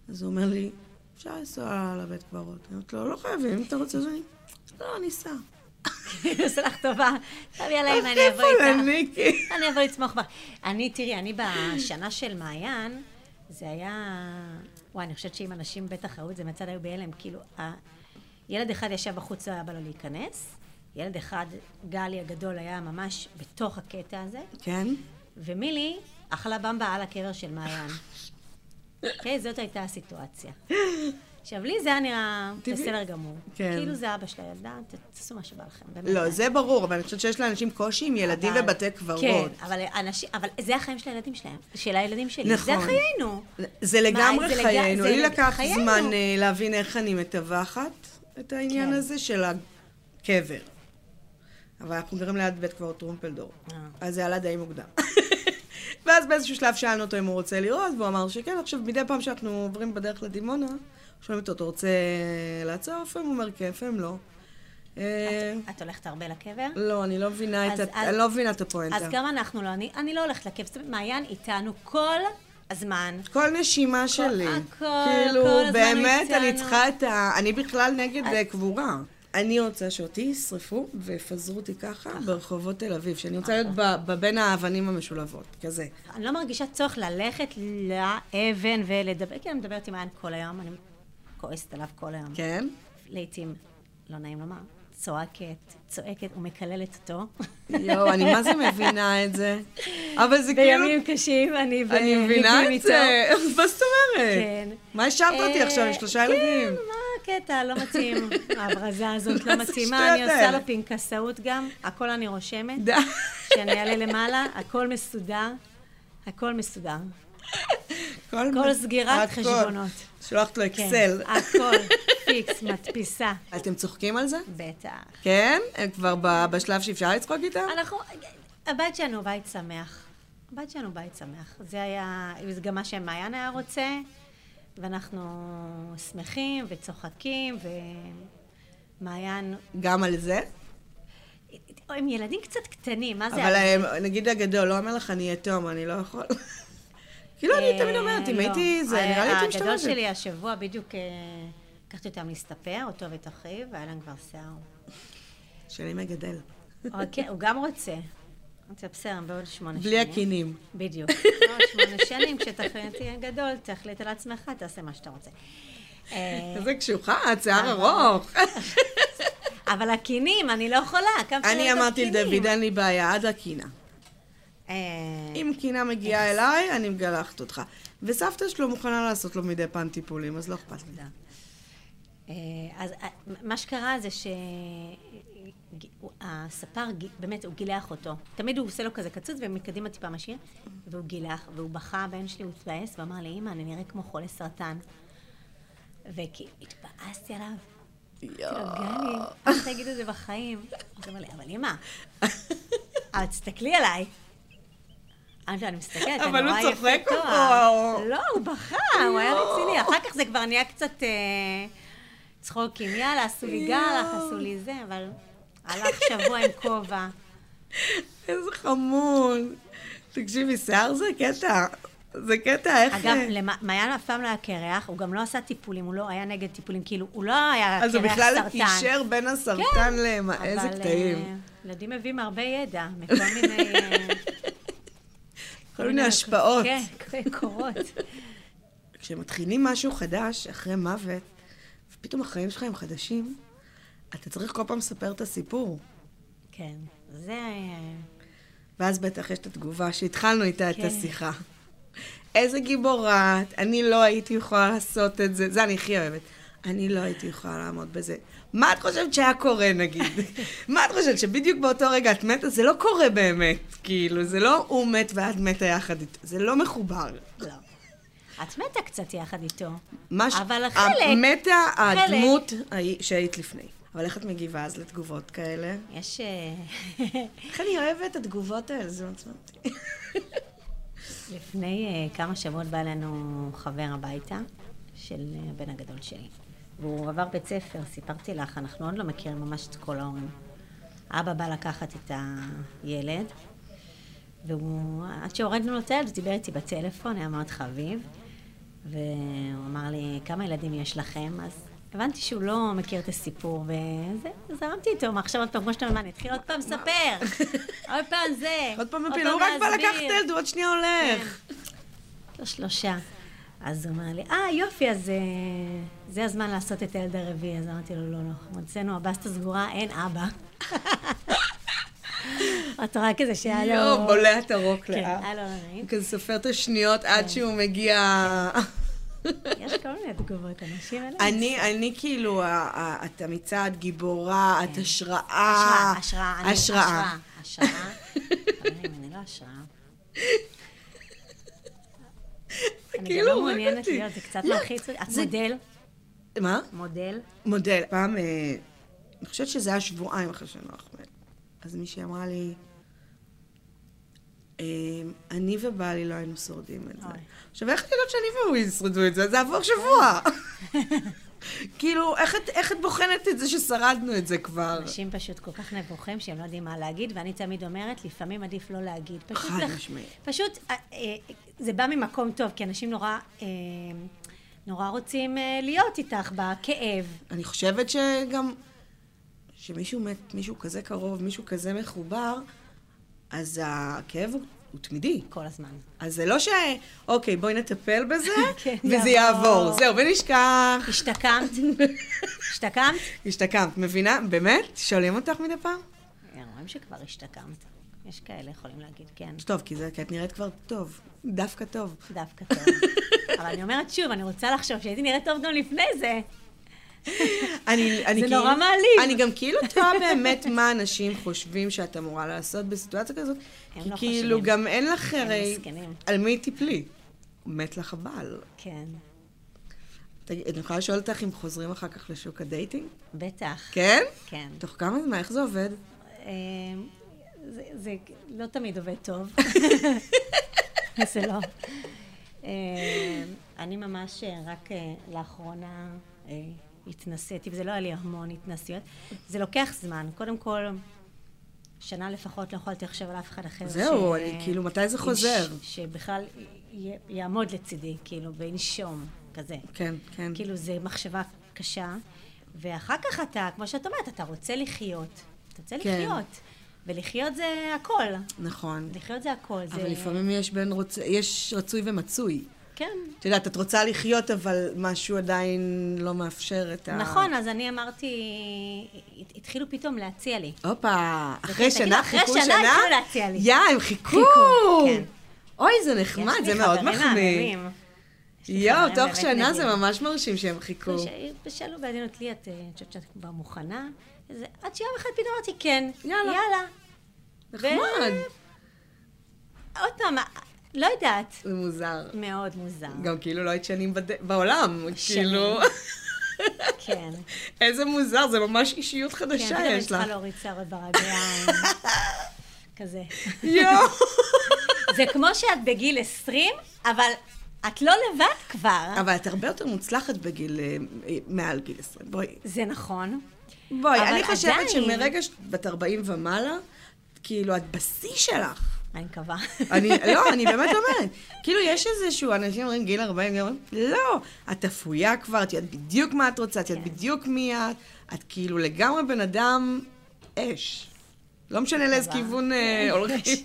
Speaker 3: אז הוא אומר לי, אפשר לנסוע לבית קברות. אני אומרת לו, לא חייבים, אם אתה רוצה שאני... לא, ניסע.
Speaker 4: כאילו, עושה לך טובה. תביא עליהם, אני אבוא איתך.
Speaker 3: אני כאילו...
Speaker 4: אני אבוא לתמוך בה. אני, תראי, אני בשנה של מעיין, זה היה... וואי, אני חושבת שאם אנשים בטח ראו את זה מהצד היו בהלם, כאילו, ה- ילד אחד ישב בחוץ, לא היה בא לו להיכנס, ילד אחד, גלי הגדול, היה ממש בתוך הקטע הזה,
Speaker 3: כן?
Speaker 4: ומילי אכלה במבה על הקבר של מעיין. אוקיי, זאת הייתה הסיטואציה. עכשיו, לי זה היה נראה
Speaker 3: טבעי.
Speaker 4: בסדר גמור.
Speaker 3: כן.
Speaker 4: כאילו זה אבא של הילדה, ת- תעשו מה שבא לכם. באמת.
Speaker 3: לא, זה ברור, אבל אני חושבת שיש לאנשים קושי עם ילדים
Speaker 4: אבל-
Speaker 3: ובתי קברות.
Speaker 4: כן, אבל, אנשים, אבל זה החיים של הילדים שלהם, של הילדים שלי.
Speaker 3: נכון.
Speaker 4: זה חיינו.
Speaker 3: זה לגמרי
Speaker 4: זה לג-
Speaker 3: חיינו.
Speaker 4: זה
Speaker 3: לי
Speaker 4: לג-
Speaker 3: לקח
Speaker 4: חיינו.
Speaker 3: זמן אה, להבין איך אני מטווחת את העניין
Speaker 4: כן.
Speaker 3: הזה של ה... קבר. אבל אנחנו גרים ליד בית קברות טרומפלדור.
Speaker 4: אה.
Speaker 3: אז זה עלה די מוקדם. ואז באיזשהו שלב שאלנו אותו אם הוא רוצה לראות, והוא אמר שכן. עכשיו, מדי פעם שאנחנו עוברים בדרך לדימונה, שואלים אותו, אתה רוצה לעצור? לפעמים הוא אומר כן, לפעמים לא. אה,
Speaker 4: את- את הולכת הרבה לקבר?
Speaker 3: לא, אני לא מבינה את
Speaker 4: אז-
Speaker 3: ה-
Speaker 4: אז-
Speaker 3: אני לא מבינה את הפואנטה.
Speaker 4: אז גם אנחנו לא, אני, אני לא הולכת לקבר. זאת אומרת, מעיין איתנו כל הזמן.
Speaker 3: כל נשימה שלי.
Speaker 4: הכל,
Speaker 3: כאילו,
Speaker 4: כל הזמן הוא
Speaker 3: באמת,
Speaker 4: איתנו.
Speaker 3: אני צריכה את ה... אני בכלל נגד אה, קבורה. אני רוצה שאותי ישרפו ויפזרו אותי ככה
Speaker 4: אה.
Speaker 3: ברחובות תל אביב, שאני רוצה להיות ב- בבין האבנים המשולבות, כזה.
Speaker 4: אני לא מרגישה צורך ללכת לאבן ולדבר, כי אני מדברת עם מעיין כל היום, אני כועסת עליו כל היום.
Speaker 3: כן?
Speaker 4: לעתים, לא נעים לומר, צועקת, צועקת ומקללת אותו.
Speaker 3: יואו, אני מה זה מבינה את זה? אבל זה כאילו...
Speaker 4: בימים קשים, אני ב-
Speaker 3: אני מבינה
Speaker 4: ליבי
Speaker 3: את
Speaker 4: איתו.
Speaker 3: זה. מה זאת אומרת?
Speaker 4: כן.
Speaker 3: מה השארת אותי
Speaker 4: אה,
Speaker 3: עכשיו עם שלושה ילדים?
Speaker 4: כן, מה הקטע? לא מתאים. ההברזה הזאת לא
Speaker 3: מה זה
Speaker 4: מתאימה,
Speaker 3: השטויות
Speaker 4: אני עושה
Speaker 3: האלה?
Speaker 4: לו פנקסאות גם, הכל אני רושמת.
Speaker 3: די.
Speaker 4: כשאני אעלה למעלה, הכל מסודר. הכל מסודר. כל סגירת
Speaker 3: הכל.
Speaker 4: חשבונות.
Speaker 3: שולחת לו
Speaker 4: כן,
Speaker 3: אקסל.
Speaker 4: הכל, פיקס, מדפיסה.
Speaker 3: אתם צוחקים על זה?
Speaker 4: בטח.
Speaker 3: כן? הם כבר ב- בשלב שאפשר לצחוק איתם?
Speaker 4: אנחנו, הבת שלנו הוא בית שמח. הבת שלנו הוא בית שמח. זה היה, זה גם מה שמעיין היה רוצה, ואנחנו שמחים וצוחקים, ומעיין...
Speaker 3: גם על זה?
Speaker 4: הם ילדים קצת קטנים, מה זה...
Speaker 3: אבל אה, נגיד הגדול, לא אומר לך, אני יתום, אני לא יכול. כאילו, אני תמיד אומרת, אם
Speaker 4: אה,
Speaker 3: הייתי,
Speaker 4: לא.
Speaker 3: זה נראה לי הייתי
Speaker 4: הגדול
Speaker 3: משתמשת.
Speaker 4: שלי השבוע בדיוק אה, לקחתי אותם להסתפר, אותו ואת אחיו, והיה להם כבר שיער.
Speaker 3: שלי מגדל.
Speaker 4: אוקיי, הוא גם רוצה. אמרתי, לו, בסדר, בעוד שמונה שנים.
Speaker 3: בלי הקינים.
Speaker 4: בדיוק. בעוד שמונה שנים, כשתחליט תהיה גדול, תחליט על עצמך, תעשה מה שאתה רוצה. אה, נכון.
Speaker 3: איזה קשוחה, שיער ארוך.
Speaker 4: אבל הקינים, אני לא יכולה, כמה פעמים
Speaker 3: אני
Speaker 4: הייתם
Speaker 3: אמרתי
Speaker 4: קינים?
Speaker 3: לדוד, אין לי בעיה, עד הקינה.
Speaker 4: אה,
Speaker 3: אם קינה מגיעה אליי, אני מגלחת אותך. וסבתא שלו מוכנה לעשות לו מדי פעם טיפולים, אז לא אכפת לי.
Speaker 4: אה, אז אה, מה שקרה זה שהספר, באמת, הוא גילח אותו. תמיד הוא עושה לו כזה קצוץ ומקדימה טיפה משאיר, והוא גילח, והוא בכה, הבן שלי, הוא התבאס, ואמר לי, אמא, אני נראה כמו חולה סרטן. וכי התבאסתי עליו. אמרתי לו, גלי, אל תגיד את זה בחיים. אז הוא אומר לי, אבל אמא, אבל תסתכלי עליי. אמרתי לו, אני מסתכלת, אני
Speaker 3: אבל הוא
Speaker 4: רואה יפה
Speaker 3: צוחק לא. או-
Speaker 4: תואר." לא, הוא בכה, הוא היה רציני. אחר כך זה כבר נהיה קצת אה, צחוקים. יאללה, עשו לי גלח, עשו לי זה, אבל הלך שבוע עם כובע.
Speaker 3: איזה חמוד. תקשיבי, שיער זה קטע. זה קטע, איך...
Speaker 4: אגב,
Speaker 3: אה,
Speaker 4: למ- מעיין אף פעם לא היה קרח, הוא גם לא עשה טיפולים, הוא לא היה נגד טיפולים, כאילו, הוא לא היה קרח
Speaker 3: אז הוא
Speaker 4: סרטן. כן,
Speaker 3: בכלל קישר בין הסרטן למה,
Speaker 4: אבל,
Speaker 3: איזה קטעים.
Speaker 4: אה, ילדים מביאים הרבה ידע מכל מיני... אה,
Speaker 3: כל מיני השפעות.
Speaker 4: כן, כן, קורות.
Speaker 3: כשמתחילים משהו חדש, אחרי מוות, ופתאום החיים שלך הם חדשים, אתה צריך כל פעם לספר את הסיפור.
Speaker 4: כן, זה... אה,
Speaker 3: ואז בטח יש את התגובה שהתחלנו איתה את
Speaker 4: כן.
Speaker 3: השיחה. איזה גיבורה את, אני לא הייתי יכולה לעשות את זה, זה אני הכי אוהבת. אני לא הייתי יכולה לעמוד בזה. מה את חושבת שהיה קורה, נגיד? מה את חושבת, שבדיוק באותו רגע את מתה? זה לא קורה באמת. כאילו, זה לא הוא מת ואת מתה יחד איתו. זה לא מחובר.
Speaker 4: לא. את מתה קצת יחד איתו.
Speaker 3: מה ש- אה,
Speaker 4: אבל החלק...
Speaker 3: מתה הדמות ההיא- שהיית לפני. אבל איך את מגיבה אז לתגובות כאלה?
Speaker 4: יש... אה,
Speaker 3: איך אני אוהבת את התגובות האלה, זה מעצמתי.
Speaker 4: לפני אה, כמה שבועות בא אלינו חבר הביתה של אה, הבן הגדול שלי. והוא עבר בית ספר, סיפרתי לך, אנחנו עוד לא מכירים ממש את כל ההורים. אבא בא לקחת את הילד, והוא, עד שהורדנו לו את הילד, הוא דיבר איתי בטלפון, היה מאוד חביב. והוא אמר לי, כמה ילדים יש לכם? אז הבנתי שהוא לא מכיר את הסיפור, וזה, זרמתי איתו, מה עכשיו עוד פעם, כמו שאתה אומר, אני אתחיל עוד פעם לספר, עוד פעם זה,
Speaker 3: עוד פעם כן. מפיל, הוא רק בא
Speaker 4: להסביר."
Speaker 3: לקחת את הילד, הוא עוד שנייה הולך.
Speaker 4: לא שלושה. אז הוא אמר לי, אה, יופי, אז אה, זה הזמן לעשות את הילד הרביעי. אז אמרתי לו, לא, לא, אצלנו הבסטה סגורה, אין אבא. אתה רואה כזה שהיה לו...
Speaker 3: יואו, בולע את הרוק
Speaker 4: כן,
Speaker 3: לאט.
Speaker 4: היה לו לא נעים.
Speaker 3: הוא כזה סופר את השניות עד שהוא מגיע...
Speaker 4: כן. יש כל מיני תגובות, אנשים אלה.
Speaker 3: אני, אני כאילו, ה- ה- את אמיצה, את גיבורה, את השראה.
Speaker 4: כן. השראה, השראה, אני-
Speaker 3: השראה.
Speaker 4: השראה. השראה. חברים, אני לא השראה. אני גם
Speaker 3: כאילו
Speaker 4: לא
Speaker 3: הורג
Speaker 4: מעוניינת
Speaker 3: אותי.
Speaker 4: להיות, זה קצת
Speaker 3: לא,
Speaker 4: מלחיץ אותי. את
Speaker 3: זה-
Speaker 4: מודל?
Speaker 3: מה?
Speaker 4: מודל?
Speaker 3: מודל. פעם אה, אני חושבת שזה היה שבועיים אחרי שנוח מת. אז מישהי אמרה לי, "אמ, אני ובעלי לא היינו שורדים את זה.
Speaker 4: אוי.
Speaker 3: עכשיו, איך את יודעת שאני והוא ישרדו את זה? זה עבור שבוע. כאילו, איך את- איך את בוחנת את זה ששרדנו את זה כבר?
Speaker 4: אנשים פשוט כל כך נבוכים שהם לא יודעים מה להגיד, ואני תמיד אומרת, לפעמים עדיף לא להגיד. פשוט
Speaker 3: חד
Speaker 4: לח-
Speaker 3: משמעית.
Speaker 4: פשוט, אה, אה, זה בא ממקום טוב, כי אנשים נורא, אה, נורא רוצים אה, להיות איתך בכאב.
Speaker 3: אני חושבת שגם, שמישהו מת, מישהו כזה קרוב, מישהו כזה מחובר, אז הכאב הוא, הוא תמידי.
Speaker 4: כל הזמן.
Speaker 3: אז זה לא ש... אוקיי, בואי נטפל בזה,
Speaker 4: כן,
Speaker 3: וזה
Speaker 4: יעבור.
Speaker 3: יעבור. זהו, ונשכח.
Speaker 4: השתקמת? השתקמת?
Speaker 3: השתקמת, מבינה? באמת? שואלים אותך מדי פעם?
Speaker 4: אה, רואים שכבר השתקמת. יש כאלה יכולים להגיד כן,
Speaker 3: טוב, כי, זה, כי את נראית כבר טוב. דווקא טוב.
Speaker 4: דווקא טוב. אבל אני אומרת שוב, אני רוצה לחשוב שהייתי נראית טוב גם לפני זה.
Speaker 3: אני, אני
Speaker 4: זה
Speaker 3: כאילו,
Speaker 4: נורא מעליב.
Speaker 3: אני גם כאילו תוהה באמת מה אנשים חושבים שאת אמורה לעשות בסיטואציה כזאת.
Speaker 4: הם
Speaker 3: כי
Speaker 4: לא
Speaker 3: כאילו
Speaker 4: חושבים.
Speaker 3: גם אין לך
Speaker 4: הם
Speaker 3: הרי...
Speaker 4: מסכנים.
Speaker 3: על מי תיפלי? מת לך בעל.
Speaker 4: כן,
Speaker 3: תגיד, אני יכולה לשאול אותך אם חוזרים אחר כך לשוק הדייטינג?
Speaker 4: בטח.
Speaker 3: כן?
Speaker 4: כן.
Speaker 3: תוך כמה זמן? איך זה עובד?
Speaker 4: אה, זה, זה לא תמיד עובד טוב. זה לא. אה, אני ממש אה, רק אה, לאחרונה אה, התנסיתי, וזה לא היה לי המון התנסיות. זה לוקח זמן. קודם כל, שנה לפחות לא יכולתי לחשוב על אף אחד אחר.
Speaker 3: זהו, אני- כאילו, מתי זה חוזר?
Speaker 4: ש- שבכלל י- יעמוד לצידי, כאילו, וינשום, כזה.
Speaker 3: כן, כן.
Speaker 4: כאילו, זו מחשבה קשה, ואחר כך אתה, כמו שאת אומרת, אתה רוצה לחיות. אתה רוצה
Speaker 3: כן.
Speaker 4: לחיות. ולחיות זה הכל.
Speaker 3: נכון.
Speaker 4: לחיות זה הכל. זה...
Speaker 3: אבל לפעמים יש בין רוצ... יש רצוי ומצוי.
Speaker 4: כן.
Speaker 3: את יודעת, את רוצה לחיות, אבל משהו עדיין לא מאפשר את ה...
Speaker 4: נכון, אז אני אמרתי, הת- התחילו פתאום להציע לי.
Speaker 3: הופה, אחרי
Speaker 4: תגידו,
Speaker 3: שנה,
Speaker 4: אחרי
Speaker 3: חיכו
Speaker 4: שנה
Speaker 3: שנה?
Speaker 4: התחילו להציע לי.
Speaker 3: יא, הם חיכו!
Speaker 4: חיכו, כן.
Speaker 3: אוי, זה נחמד,
Speaker 4: יש לי
Speaker 3: זה מאוד
Speaker 4: חברים
Speaker 3: מחמיא.
Speaker 4: מהממים. יש לי
Speaker 3: יואו,
Speaker 4: חברים
Speaker 3: תוך
Speaker 4: באמת
Speaker 3: שנה זה
Speaker 4: מדהימים.
Speaker 3: ממש מרשים שהם חיכו.
Speaker 4: ש- שאלו בעדינות לי, את אה, את חושבת שאת כבר מוכנה? אז עד שיום אחד פתאום אמרתי כן.
Speaker 3: יאללה.
Speaker 4: יאללה.
Speaker 3: נחמד.
Speaker 4: עוד פעם, אה, לא יודעת.
Speaker 3: זה מוזר.
Speaker 4: מאוד מוזר.
Speaker 3: גם כאילו לא היית שנים בד- בעולם,
Speaker 4: שנים.
Speaker 3: כאילו,
Speaker 4: כן.
Speaker 3: איזה מוזר, זה ממש אישיות
Speaker 4: כן,
Speaker 3: חדשה
Speaker 4: פתאום אני
Speaker 3: יש
Speaker 4: צריכה
Speaker 3: לך.
Speaker 4: להוריד שערות ברגליים. כזה.
Speaker 3: יואו.
Speaker 4: זה כמו שאת בגיל 20, אבל את לא לבד כבר.
Speaker 3: אבל את הרבה יותר מוצלחת בגיל, אה, אה, מעל גיל 20. בואי,
Speaker 4: זה נכון.
Speaker 3: בואי,
Speaker 4: אבל
Speaker 3: אני חושבת
Speaker 4: עדיין-
Speaker 3: שמרגע שאת בת 40 ומעלה, כאילו, את בשיא שלך.
Speaker 4: אני מקווה.
Speaker 3: אני, לא, אני באמת אומרת. כאילו, יש איזשהו, אנשים אומרים גיל 40, גם אומרים, לא, את אפויה כבר, את יודעת בדיוק מה את רוצה, את יודעת
Speaker 4: כן.
Speaker 3: בדיוק מי את, את כאילו לגמרי בן אדם אש. לא משנה לאיזה
Speaker 4: מקווה.
Speaker 3: כיוון אה, הולכים.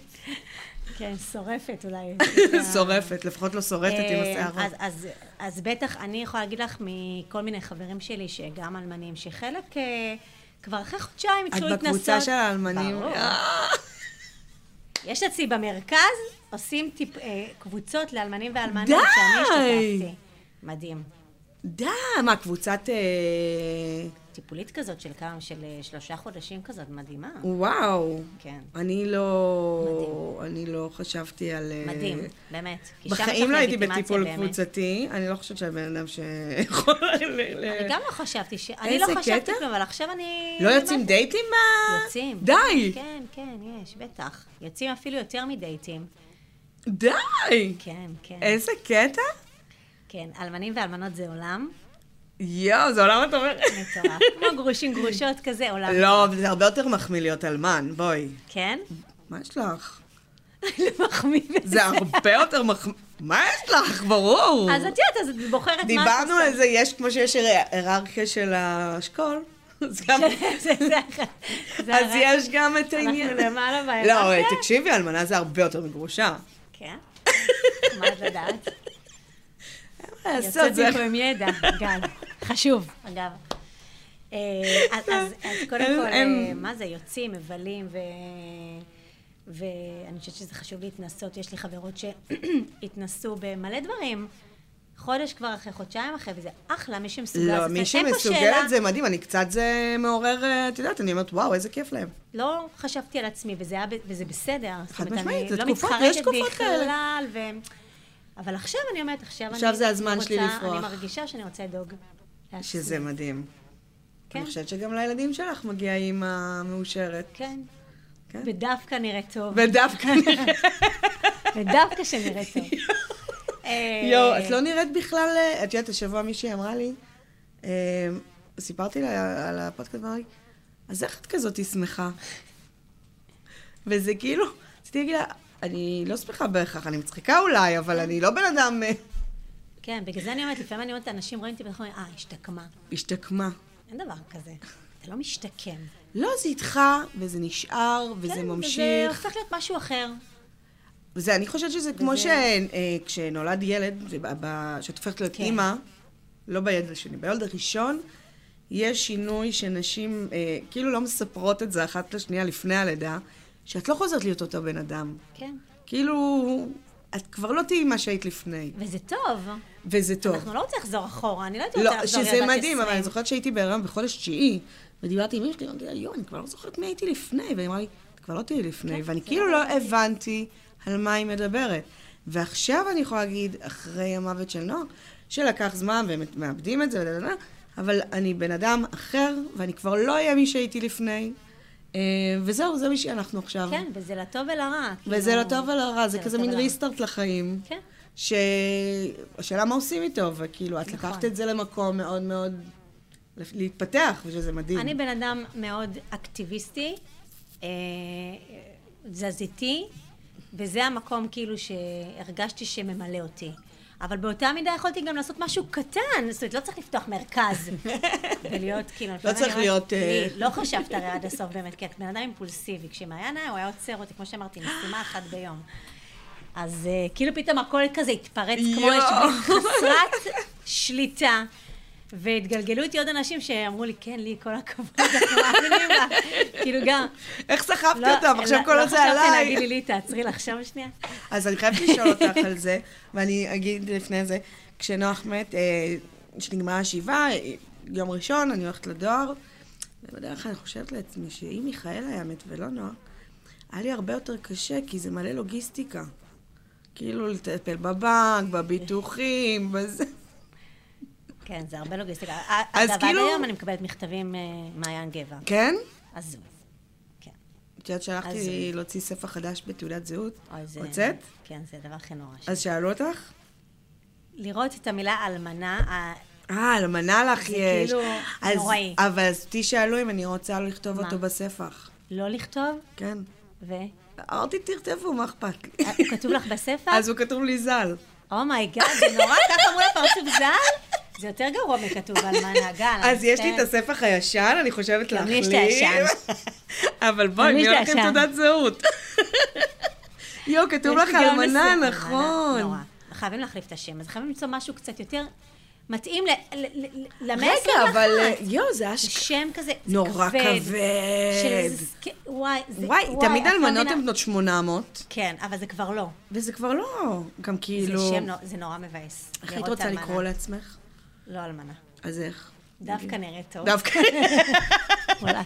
Speaker 4: כן, שורפת אולי.
Speaker 3: שורפת, לפחות לא שורטת עם
Speaker 4: אה,
Speaker 3: השערות.
Speaker 4: אז- אז- אז בטח, אני יכולה להגיד לך מכל מיני חברים שלי, שגם אלמנים, שחלק אה, כבר אחרי חודשיים
Speaker 3: את
Speaker 4: התחילו להתנסות.
Speaker 3: בקבוצה של האלמנים.
Speaker 4: ברור.
Speaker 3: אה,
Speaker 4: יש אצלי במרכז, עושים טיפ, אה, קבוצות לאלמנים ואלמנים
Speaker 3: די!
Speaker 4: שאני השתתפתי. מדהים.
Speaker 3: די, מה, קבוצת... אה,
Speaker 4: טיפולית כזאת של כמה, של אה, שלושה חודשים כזאת, מדהימה.
Speaker 3: אה, וואו.
Speaker 4: כן.
Speaker 3: אני לא... אני לא חשבתי על... אה,
Speaker 4: מדהים, באמת. כי שם יש לך
Speaker 3: בחיים לא הייתי
Speaker 4: לגיטימציה
Speaker 3: בטיפול
Speaker 4: באמת.
Speaker 3: קבוצתי, אני לא חושבת שאני בן אדם שיכול... ל- ל-
Speaker 4: אני גם לא חשבתי ש... אני
Speaker 3: איזה
Speaker 4: לא חשבתי
Speaker 3: קטע?
Speaker 4: כלום, אבל עכשיו אני...
Speaker 3: לא יוצאים דייטים מה...
Speaker 4: יוצאים.
Speaker 3: די!
Speaker 4: כן, כן, יש, בטח. יוצאים אפילו יותר מדייטים.
Speaker 3: די!
Speaker 4: כן, כן.
Speaker 3: איזה קטע?
Speaker 4: כן, אלמנים ואלמנות זה עולם
Speaker 3: יואו, זה עולם את אומרת.
Speaker 4: מטורף. כמו גרושים גרושות כזה, עולם.
Speaker 3: לא, זה הרבה יותר מחמיא להיות אלמן, בואי.
Speaker 4: כן?
Speaker 3: מה יש לך?
Speaker 4: מחמיא בזה.
Speaker 3: זה הרבה יותר מחמיא. מה יש לך? ברור.
Speaker 4: אז את יודעת, אז את בוחרת מה... את
Speaker 3: דיברנו
Speaker 4: עושה.
Speaker 3: על זה, יש כמו שיש הרי- היררכיה של האשכול. אז גם-
Speaker 4: זה- זה הח- זה
Speaker 3: אז
Speaker 4: הרעש.
Speaker 3: יש גם את העניין.
Speaker 4: אנחנו למעלה
Speaker 3: לא,
Speaker 4: בהיררכיה.
Speaker 3: תקשיבי, אלמנה זה הרבה יותר מגרושה.
Speaker 4: כן? נחמד לדעת.
Speaker 3: לעשות
Speaker 4: יוצאת
Speaker 3: זה.
Speaker 4: מפה עם ידע, גם. חשוב, אגב. אה, אז אז- אז קודם
Speaker 3: אין-
Speaker 4: כל,
Speaker 3: אין-
Speaker 4: אה, מה זה, יוצאים, מבלים, ו... ואני חושבת שזה חשוב להתנסות. יש לי חברות שהתנסו במלא דברים. חודש כבר אחרי, חודשיים אחרי, וזה אחלה, מי שמסוגל.
Speaker 3: לא,
Speaker 4: זאת
Speaker 3: מי
Speaker 4: אומרת, כן. אין פה שאלה.
Speaker 3: שמסוגלת זה מדהים, אני קצת זה מעורר, אה, את יודעת, אני אומרת, וואו, איזה כיף להם.
Speaker 4: לא חשבתי על עצמי, וזה, היה, ב- וזה בסדר. זאת
Speaker 3: חד
Speaker 4: אומרת,
Speaker 3: משמעית,
Speaker 4: אני
Speaker 3: זה
Speaker 4: לא
Speaker 3: תקופות,
Speaker 4: מתחרטת
Speaker 3: יש תקופות כאלה.
Speaker 4: בכלל, ו... אבל עכשיו אני אומרת, עכשיו,
Speaker 3: עכשיו
Speaker 4: אני
Speaker 3: זה הזמן שלי
Speaker 4: רוצה-
Speaker 3: לפרוח.
Speaker 4: אני מרגישה שאני רוצה לדאוג לעצמי.
Speaker 3: שזה מדהים.
Speaker 4: כן.
Speaker 3: אני חושבת שגם לילדים שלך מגיעה אימא מאושרת.
Speaker 4: כן.
Speaker 3: כן.
Speaker 4: ודווקא נראה טוב.
Speaker 3: ודווקא,
Speaker 4: ודווקא שנראה טוב. אה,
Speaker 3: יואו, את לא נראית בכלל... אה, את יודעת, השבוע מישהי אמרה לי, אה, סיפרתי לה על הפודקאסט, ואמרה לי, אז איך את כזאת שמחה? וזה כאילו, רציתי להגיד לה, אני לא שמחה בהכרח, אני מצחיקה אולי, אבל אני לא בן אדם... אה,
Speaker 4: כן, בגלל זה אני אומרת, לפעמים אני אומרת, את האנשים רואים אותי ואנחנו אומרים, אה, השתקמה.
Speaker 3: השתקמה.
Speaker 4: אין דבר כזה. אתה לא משתקם.
Speaker 3: לא, זה איתך, וזה נשאר, וזה
Speaker 4: כן, וזה
Speaker 3: ממשיך.
Speaker 4: הופך להיות משהו אחר.
Speaker 3: זה, אני חושבת שזה כמו
Speaker 4: וזה-
Speaker 3: שכשנולד ילד, זה ב- ב- שאת הופכת להיות
Speaker 4: כן.
Speaker 3: אימא, לא בילד השני, בילד הראשון, יש שינוי שנשים אה, כאילו לא מספרות את זה אחת לשנייה לפני הלידה, שאת לא חוזרת להיות אותו בן אדם.
Speaker 4: כן.
Speaker 3: כאילו, את כבר לא תהיי מה שהיית לפני,
Speaker 4: וזה טוב.
Speaker 3: וזה טוב.
Speaker 4: אנחנו לא רוצים לחזור אחורה, אני לא הייתי רוצה
Speaker 3: לא,
Speaker 4: לחזור
Speaker 3: שזה
Speaker 4: לילדה בת
Speaker 3: מדהים, אבל אני
Speaker 4: 20.
Speaker 3: זוכרת שהייתי בהיריון בחודש תשיעי, ודיברתי עם אמא שלי, אמרתי לה, יואו, אני כבר לא זוכרת מי הייתי לפני, והיא אמרה לי, את כבר לא תהיי לפני, ואני כאילו לא הבנתי על מה היא מדברת. ועכשיו אני יכולה להגיד, אחרי המוות של נוער, שלקח זמן והם מאבדים את זה, ודדדדה, אבל אני בן אדם אחר, ואני כבר לא אהיה מי שהייתי לפני. אה, וזהו, זה מי שאנחנו עכשיו.
Speaker 4: כן, וזה לטוב ולרע.
Speaker 3: וזה
Speaker 4: כאילו,
Speaker 3: לא טוב ולא רע, זה
Speaker 4: לא
Speaker 3: כזה
Speaker 4: טוב
Speaker 3: מין
Speaker 4: ולרע.
Speaker 3: ריסטארט לחיים.
Speaker 4: כן.
Speaker 3: שהשאלה מה עושים איתו, וכאילו, את
Speaker 4: נכון.
Speaker 3: לקחת את זה למקום מאוד מאוד להתפתח, ושזה מדהים.
Speaker 4: אני בן אדם מאוד אקטיביסטי, אה, תזזיתי, וזה המקום כאילו שהרגשתי שממלא אותי. אבל באותה מידה יכולתי גם לעשות משהו קטן, זאת אומרת, לא צריך לפתוח מרכז. ולהיות כאילו... לפעמים
Speaker 3: לא צריך
Speaker 4: אני רק-
Speaker 3: להיות, אה,
Speaker 4: לי, לא חשבת הרי עד הסוף באמת, כי את בן אדם אימפולסיבי. כשמעיין היה, הוא היה עוצר אותי, כמו שאמרתי, משימה אחת ביום. אז אה, כאילו פתאום הכל כזה התפרץ כמו
Speaker 3: יואו.
Speaker 4: אש חסרת שליטה. והתגלגלו איתי עוד אנשים שאמרו לי, כן, לי, כל הכבוד, אנחנו מאמינים לה. כאילו גם...
Speaker 3: איך סחבתי
Speaker 4: לא-
Speaker 3: אותם? עכשיו
Speaker 4: לא-
Speaker 3: כל זה
Speaker 4: לא חשבתי להגיד לי,
Speaker 3: עליי.
Speaker 4: לי, תעצרי לחשוב שנייה.
Speaker 3: אז אני חייבת לשאול אותך על זה, ואני אגיד לפני זה, כשנוח מת, אה, כשנגמרה השבעה, אה, יום ראשון, אני הולכת לדואר, ובדרך כלל אני חושבת לעצמי שאם מיכאל היה מת ולא נוח, היה לי הרבה יותר קשה, כי זה מלא לוגיסטיקה. כאילו, לטפל בבנק, בביטוחים, בזה.
Speaker 4: כן, זה הרבה לוגיסטיקה.
Speaker 3: אז
Speaker 4: אז כאילו...
Speaker 3: כאילו-
Speaker 4: עד היום אני מקבלת מכתבים אה, מעיין גבע.
Speaker 3: כן?
Speaker 4: הזוי. כן.
Speaker 3: את יודעת,
Speaker 4: אז-
Speaker 3: שלחתי להוציא ספר חדש בתעודת זהות.
Speaker 4: אוי, זה...
Speaker 3: הוצאת?
Speaker 4: כן, זה הדבר הכי נורא. ש-
Speaker 3: אז שאלו אותך?
Speaker 4: לראות את המילה אלמנה, אה,
Speaker 3: אה, למנה לך
Speaker 4: זה
Speaker 3: יש.
Speaker 4: כאילו
Speaker 3: אז-
Speaker 4: נוראי.
Speaker 3: אבל אז אותי שאלו אם אני רוצה לכתוב
Speaker 4: מה?
Speaker 3: אותו בספח.
Speaker 4: לא לכתוב,
Speaker 3: כן.
Speaker 4: ו...
Speaker 3: אמרתי, תכתבו, מה אכפת לי?
Speaker 4: אה, הוא כתוב לך בספר?
Speaker 3: אז הוא כתוב לי ז"ל.
Speaker 4: אומייגאד, Oh זה נורא, ככה אמרו לפרצוף ז"ל? זה יותר גרוע מכתוב אלמנה, גל. אני
Speaker 3: אז יש לי את
Speaker 4: מצטערת.
Speaker 3: הספח הישן, אני חושבת
Speaker 4: אה, כן. גם לי
Speaker 3: להחליף.
Speaker 4: יש את הישן.
Speaker 3: אבל בואי,
Speaker 4: גם לי
Speaker 3: אני
Speaker 4: יש את
Speaker 3: הולכת עם
Speaker 4: הישן.
Speaker 3: תעודת זהות. יואו, כתוב
Speaker 4: יש
Speaker 3: לך
Speaker 4: לי גם
Speaker 3: אלמנה,
Speaker 4: לספר, אלמנה,
Speaker 3: נכון.
Speaker 4: נורא. חייבים להחליף את השם, אז חייבים למצוא משהו קצת יותר מתאים ל- ל- ל- למאה
Speaker 3: רגע,
Speaker 4: ה-21.
Speaker 3: אבל אה, יואו, זה
Speaker 4: זה
Speaker 3: אשכרה.
Speaker 4: שם כזה זה
Speaker 3: נורא
Speaker 4: של-
Speaker 3: כבד.
Speaker 4: זה- כן, וואי, זה-
Speaker 3: וואי, תמיד
Speaker 4: את לא
Speaker 3: אלמנות
Speaker 4: מבינה.
Speaker 3: הן בנות 800,
Speaker 4: כן, אבל זה כבר לא.
Speaker 3: וזה כבר לא, גם כאילו...
Speaker 4: זה שם, נו- זה נורא מבאס.
Speaker 3: איך היית
Speaker 4: לראות
Speaker 3: רוצה
Speaker 4: אלמנה.
Speaker 3: לקרוא לעצמך?
Speaker 4: לא אלמנה.
Speaker 3: אז איך?
Speaker 4: דווקא נראה טוב.
Speaker 3: דווקא.
Speaker 4: וואלה.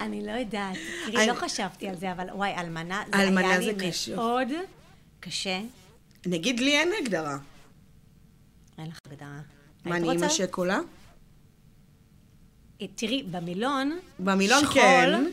Speaker 4: אני לא יודעת. תראי,
Speaker 3: אני-
Speaker 4: לא חשבתי על זה, אבל וואי, אלמנה, זה
Speaker 3: אלמנה
Speaker 4: היה
Speaker 3: זה
Speaker 4: לי
Speaker 3: קשה.
Speaker 4: מאוד קשה.
Speaker 3: נגיד לי אין הגדרה.
Speaker 4: אין לך הגדרה.
Speaker 3: מה,
Speaker 4: היית
Speaker 3: אני אימא
Speaker 4: רוצה?
Speaker 3: שכולה?
Speaker 4: תראי, במילון,
Speaker 3: במילון
Speaker 4: שכול,
Speaker 3: כן.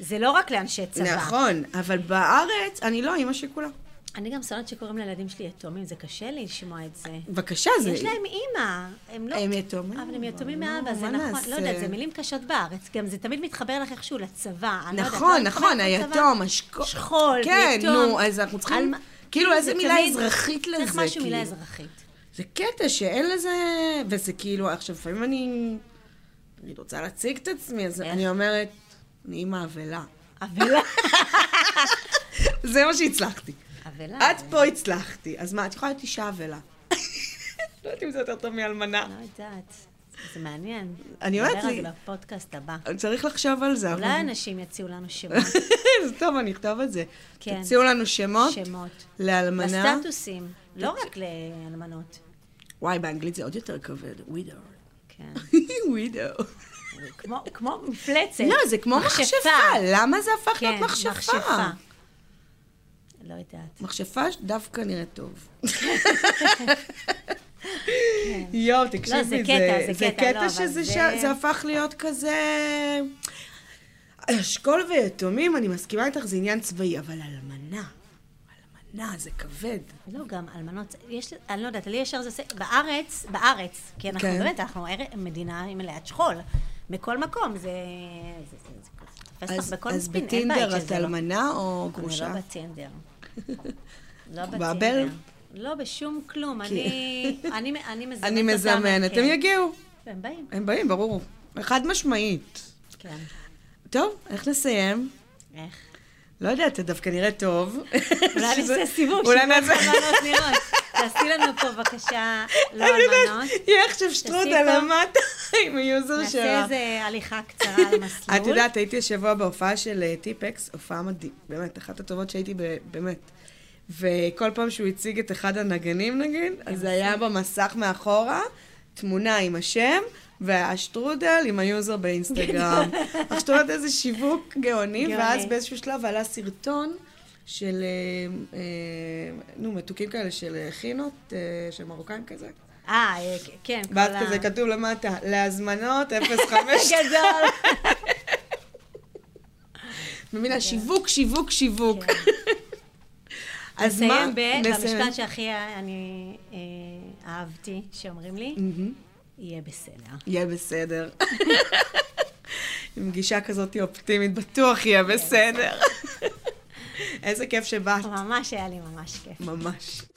Speaker 4: זה לא רק לאנשי צבא.
Speaker 3: נכון, אבל בארץ אני לא אימא שכולה.
Speaker 4: אני גם שונאת שקוראים לילדים שלי יתומים, זה קשה לי לשמוע את זה.
Speaker 3: בבקשה, זה...
Speaker 4: יש להם אימא, הם לא...
Speaker 3: הם יתומים,
Speaker 4: אבל הם יתומים
Speaker 3: אבל לא,
Speaker 4: מאבא, זה
Speaker 3: מה
Speaker 4: נכון.
Speaker 3: נעשה?
Speaker 4: לא יודעת, זה מילים קשות בארץ. גם זה תמיד מתחבר לך איכשהו לצבא. אני לא יודעת,
Speaker 3: נכון,
Speaker 4: לא
Speaker 3: נכון,
Speaker 4: מתחבר לצבא.
Speaker 3: היתום, השכול.
Speaker 4: שכול,
Speaker 3: כן,
Speaker 4: יתום.
Speaker 3: נו, אז אנחנו צריכים...
Speaker 4: אלמ-
Speaker 3: כאילו,
Speaker 4: זה
Speaker 3: איזה מילה
Speaker 4: תמיד-
Speaker 3: אזרחית לזה,
Speaker 4: צריך משהו מילה
Speaker 3: כאילו.
Speaker 4: אזרחית.
Speaker 3: זה קטע שאין לזה... וזה כאילו, עכשיו, לפעמים אני... אני רוצה להציג את עצמי, אז
Speaker 4: איך?
Speaker 3: אני אומרת, אני אימא אבלה.
Speaker 4: אבלה.
Speaker 3: זה מה שהצלחתי.
Speaker 4: אבלה.
Speaker 3: עד פה הצלחתי. אז מה, את יכולה להיות אישה אבלה. לא יודעת אם זה יותר טוב מאלמנה.
Speaker 4: לא יודעת. זה מעניין.
Speaker 3: אני אומרת
Speaker 4: נדבר על
Speaker 3: לי-
Speaker 4: זה בפודקאסט הבא.
Speaker 3: צריך לחשוב על זה. אבל-
Speaker 4: אולי אנשים יציעו לנו שמות.
Speaker 3: אז טוב, אני אכתוב את זה.
Speaker 4: כן.
Speaker 3: תציעו לנו שמות
Speaker 4: שמות.
Speaker 3: לאלמנה.
Speaker 4: לסטטוסים, לא רק לאלמנות.
Speaker 3: וואי, באנגלית זה עוד יותר כבד. ווידו.
Speaker 4: כן.
Speaker 3: ווידו.
Speaker 4: כמו- כמו מפלצת.
Speaker 3: לא, זה כמו מכשפה. למה זה הפך
Speaker 4: כן,
Speaker 3: להיות מכשפה?
Speaker 4: לא יודעת.
Speaker 3: מכשפה דווקא נראית טוב. יואו, תקשיבי,
Speaker 4: לא, זה קטע, זה קטע, לא, אבל
Speaker 3: שזה
Speaker 4: זה-
Speaker 3: ש- זה הפך להיות כזה... אשכול ויתומים, אני מסכימה איתך, זה עניין צבאי, אבל אלמנה, אלמנה, זה כבד.
Speaker 4: לא, גם אלמנות, יש, אני לא יודעת, לי ישר זה עושה, בארץ, בארץ, כי אנחנו
Speaker 3: כן.
Speaker 4: באמת, אנחנו אר- מדינה מלאת שכול, מכל מקום, זה... זה- זה- זה תופס
Speaker 3: אז-
Speaker 4: אותך בכל
Speaker 3: אז
Speaker 4: ספין, אין בית
Speaker 3: בטינדר את
Speaker 4: שזה לא.
Speaker 3: אלמנה או
Speaker 4: אני
Speaker 3: גרושה?
Speaker 4: לא בטינדר. לא
Speaker 3: באבל?
Speaker 4: בטינדר. לא, בשום כלום. אני אני- אני מזמנת
Speaker 3: אני
Speaker 4: אותם,
Speaker 3: מזמנת,
Speaker 4: כן.
Speaker 3: הם יגיעו.
Speaker 4: הם באים,
Speaker 3: הם באים, ברור. חד משמעית.
Speaker 4: כן.
Speaker 3: טוב, איך נסיים?
Speaker 4: איך?
Speaker 3: לא יודעת, את דווקא נראית טוב.
Speaker 4: אולי
Speaker 3: שזה-
Speaker 4: נעשה סיבוב,
Speaker 3: אולי
Speaker 4: שיבואו
Speaker 3: נעשה...
Speaker 4: אלמנות נראות. תעשי לנו פה בבקשה, לא
Speaker 3: אני יודעת,
Speaker 4: אלמנות.
Speaker 3: יהיה עכשיו שטרודה
Speaker 4: פה-
Speaker 3: למטה עם היוזר שלה.
Speaker 4: נעשה איזה הליכה קצרה על מסלול.
Speaker 3: את יודעת, הייתי השבוע בהופעה של אה, טיפקס, הופעה מדהים, באמת, אחת הטובות שהייתי ב- באמת. וכל פעם שהוא הציג את אחד הנגנים נגיד, אז זה היה במסך מאחורה, תמונה עם השם, והשטרודל עם היוזר באינסטגרם. עכשיו, את יודעת איזה שיווק גאוני,
Speaker 4: גאוני.
Speaker 3: ואז באיזשהו שלב עלה סרטון של, אה, אה, נו, מתוקים כאלה של אה, חינות, אה, של מרוקאים כזה.
Speaker 4: אה, אה, כן, כל
Speaker 3: ואז כזה כתוב למטה, להזמנות 05
Speaker 4: גדול. כן.
Speaker 3: במילה שיווק, שיווק, שיווק. אז מה?
Speaker 4: נסיים ב- במשפט שהכי אני אה, אהבתי, שאומרים לי,
Speaker 3: מהמם.
Speaker 4: יהיה בסדר.
Speaker 3: יהיה בסדר. עם גישה כזאת אופטימית, בטוח יהיה בסדר. איזה כיף שבאת.
Speaker 4: ממש היה לי ממש כיף.
Speaker 3: ממש.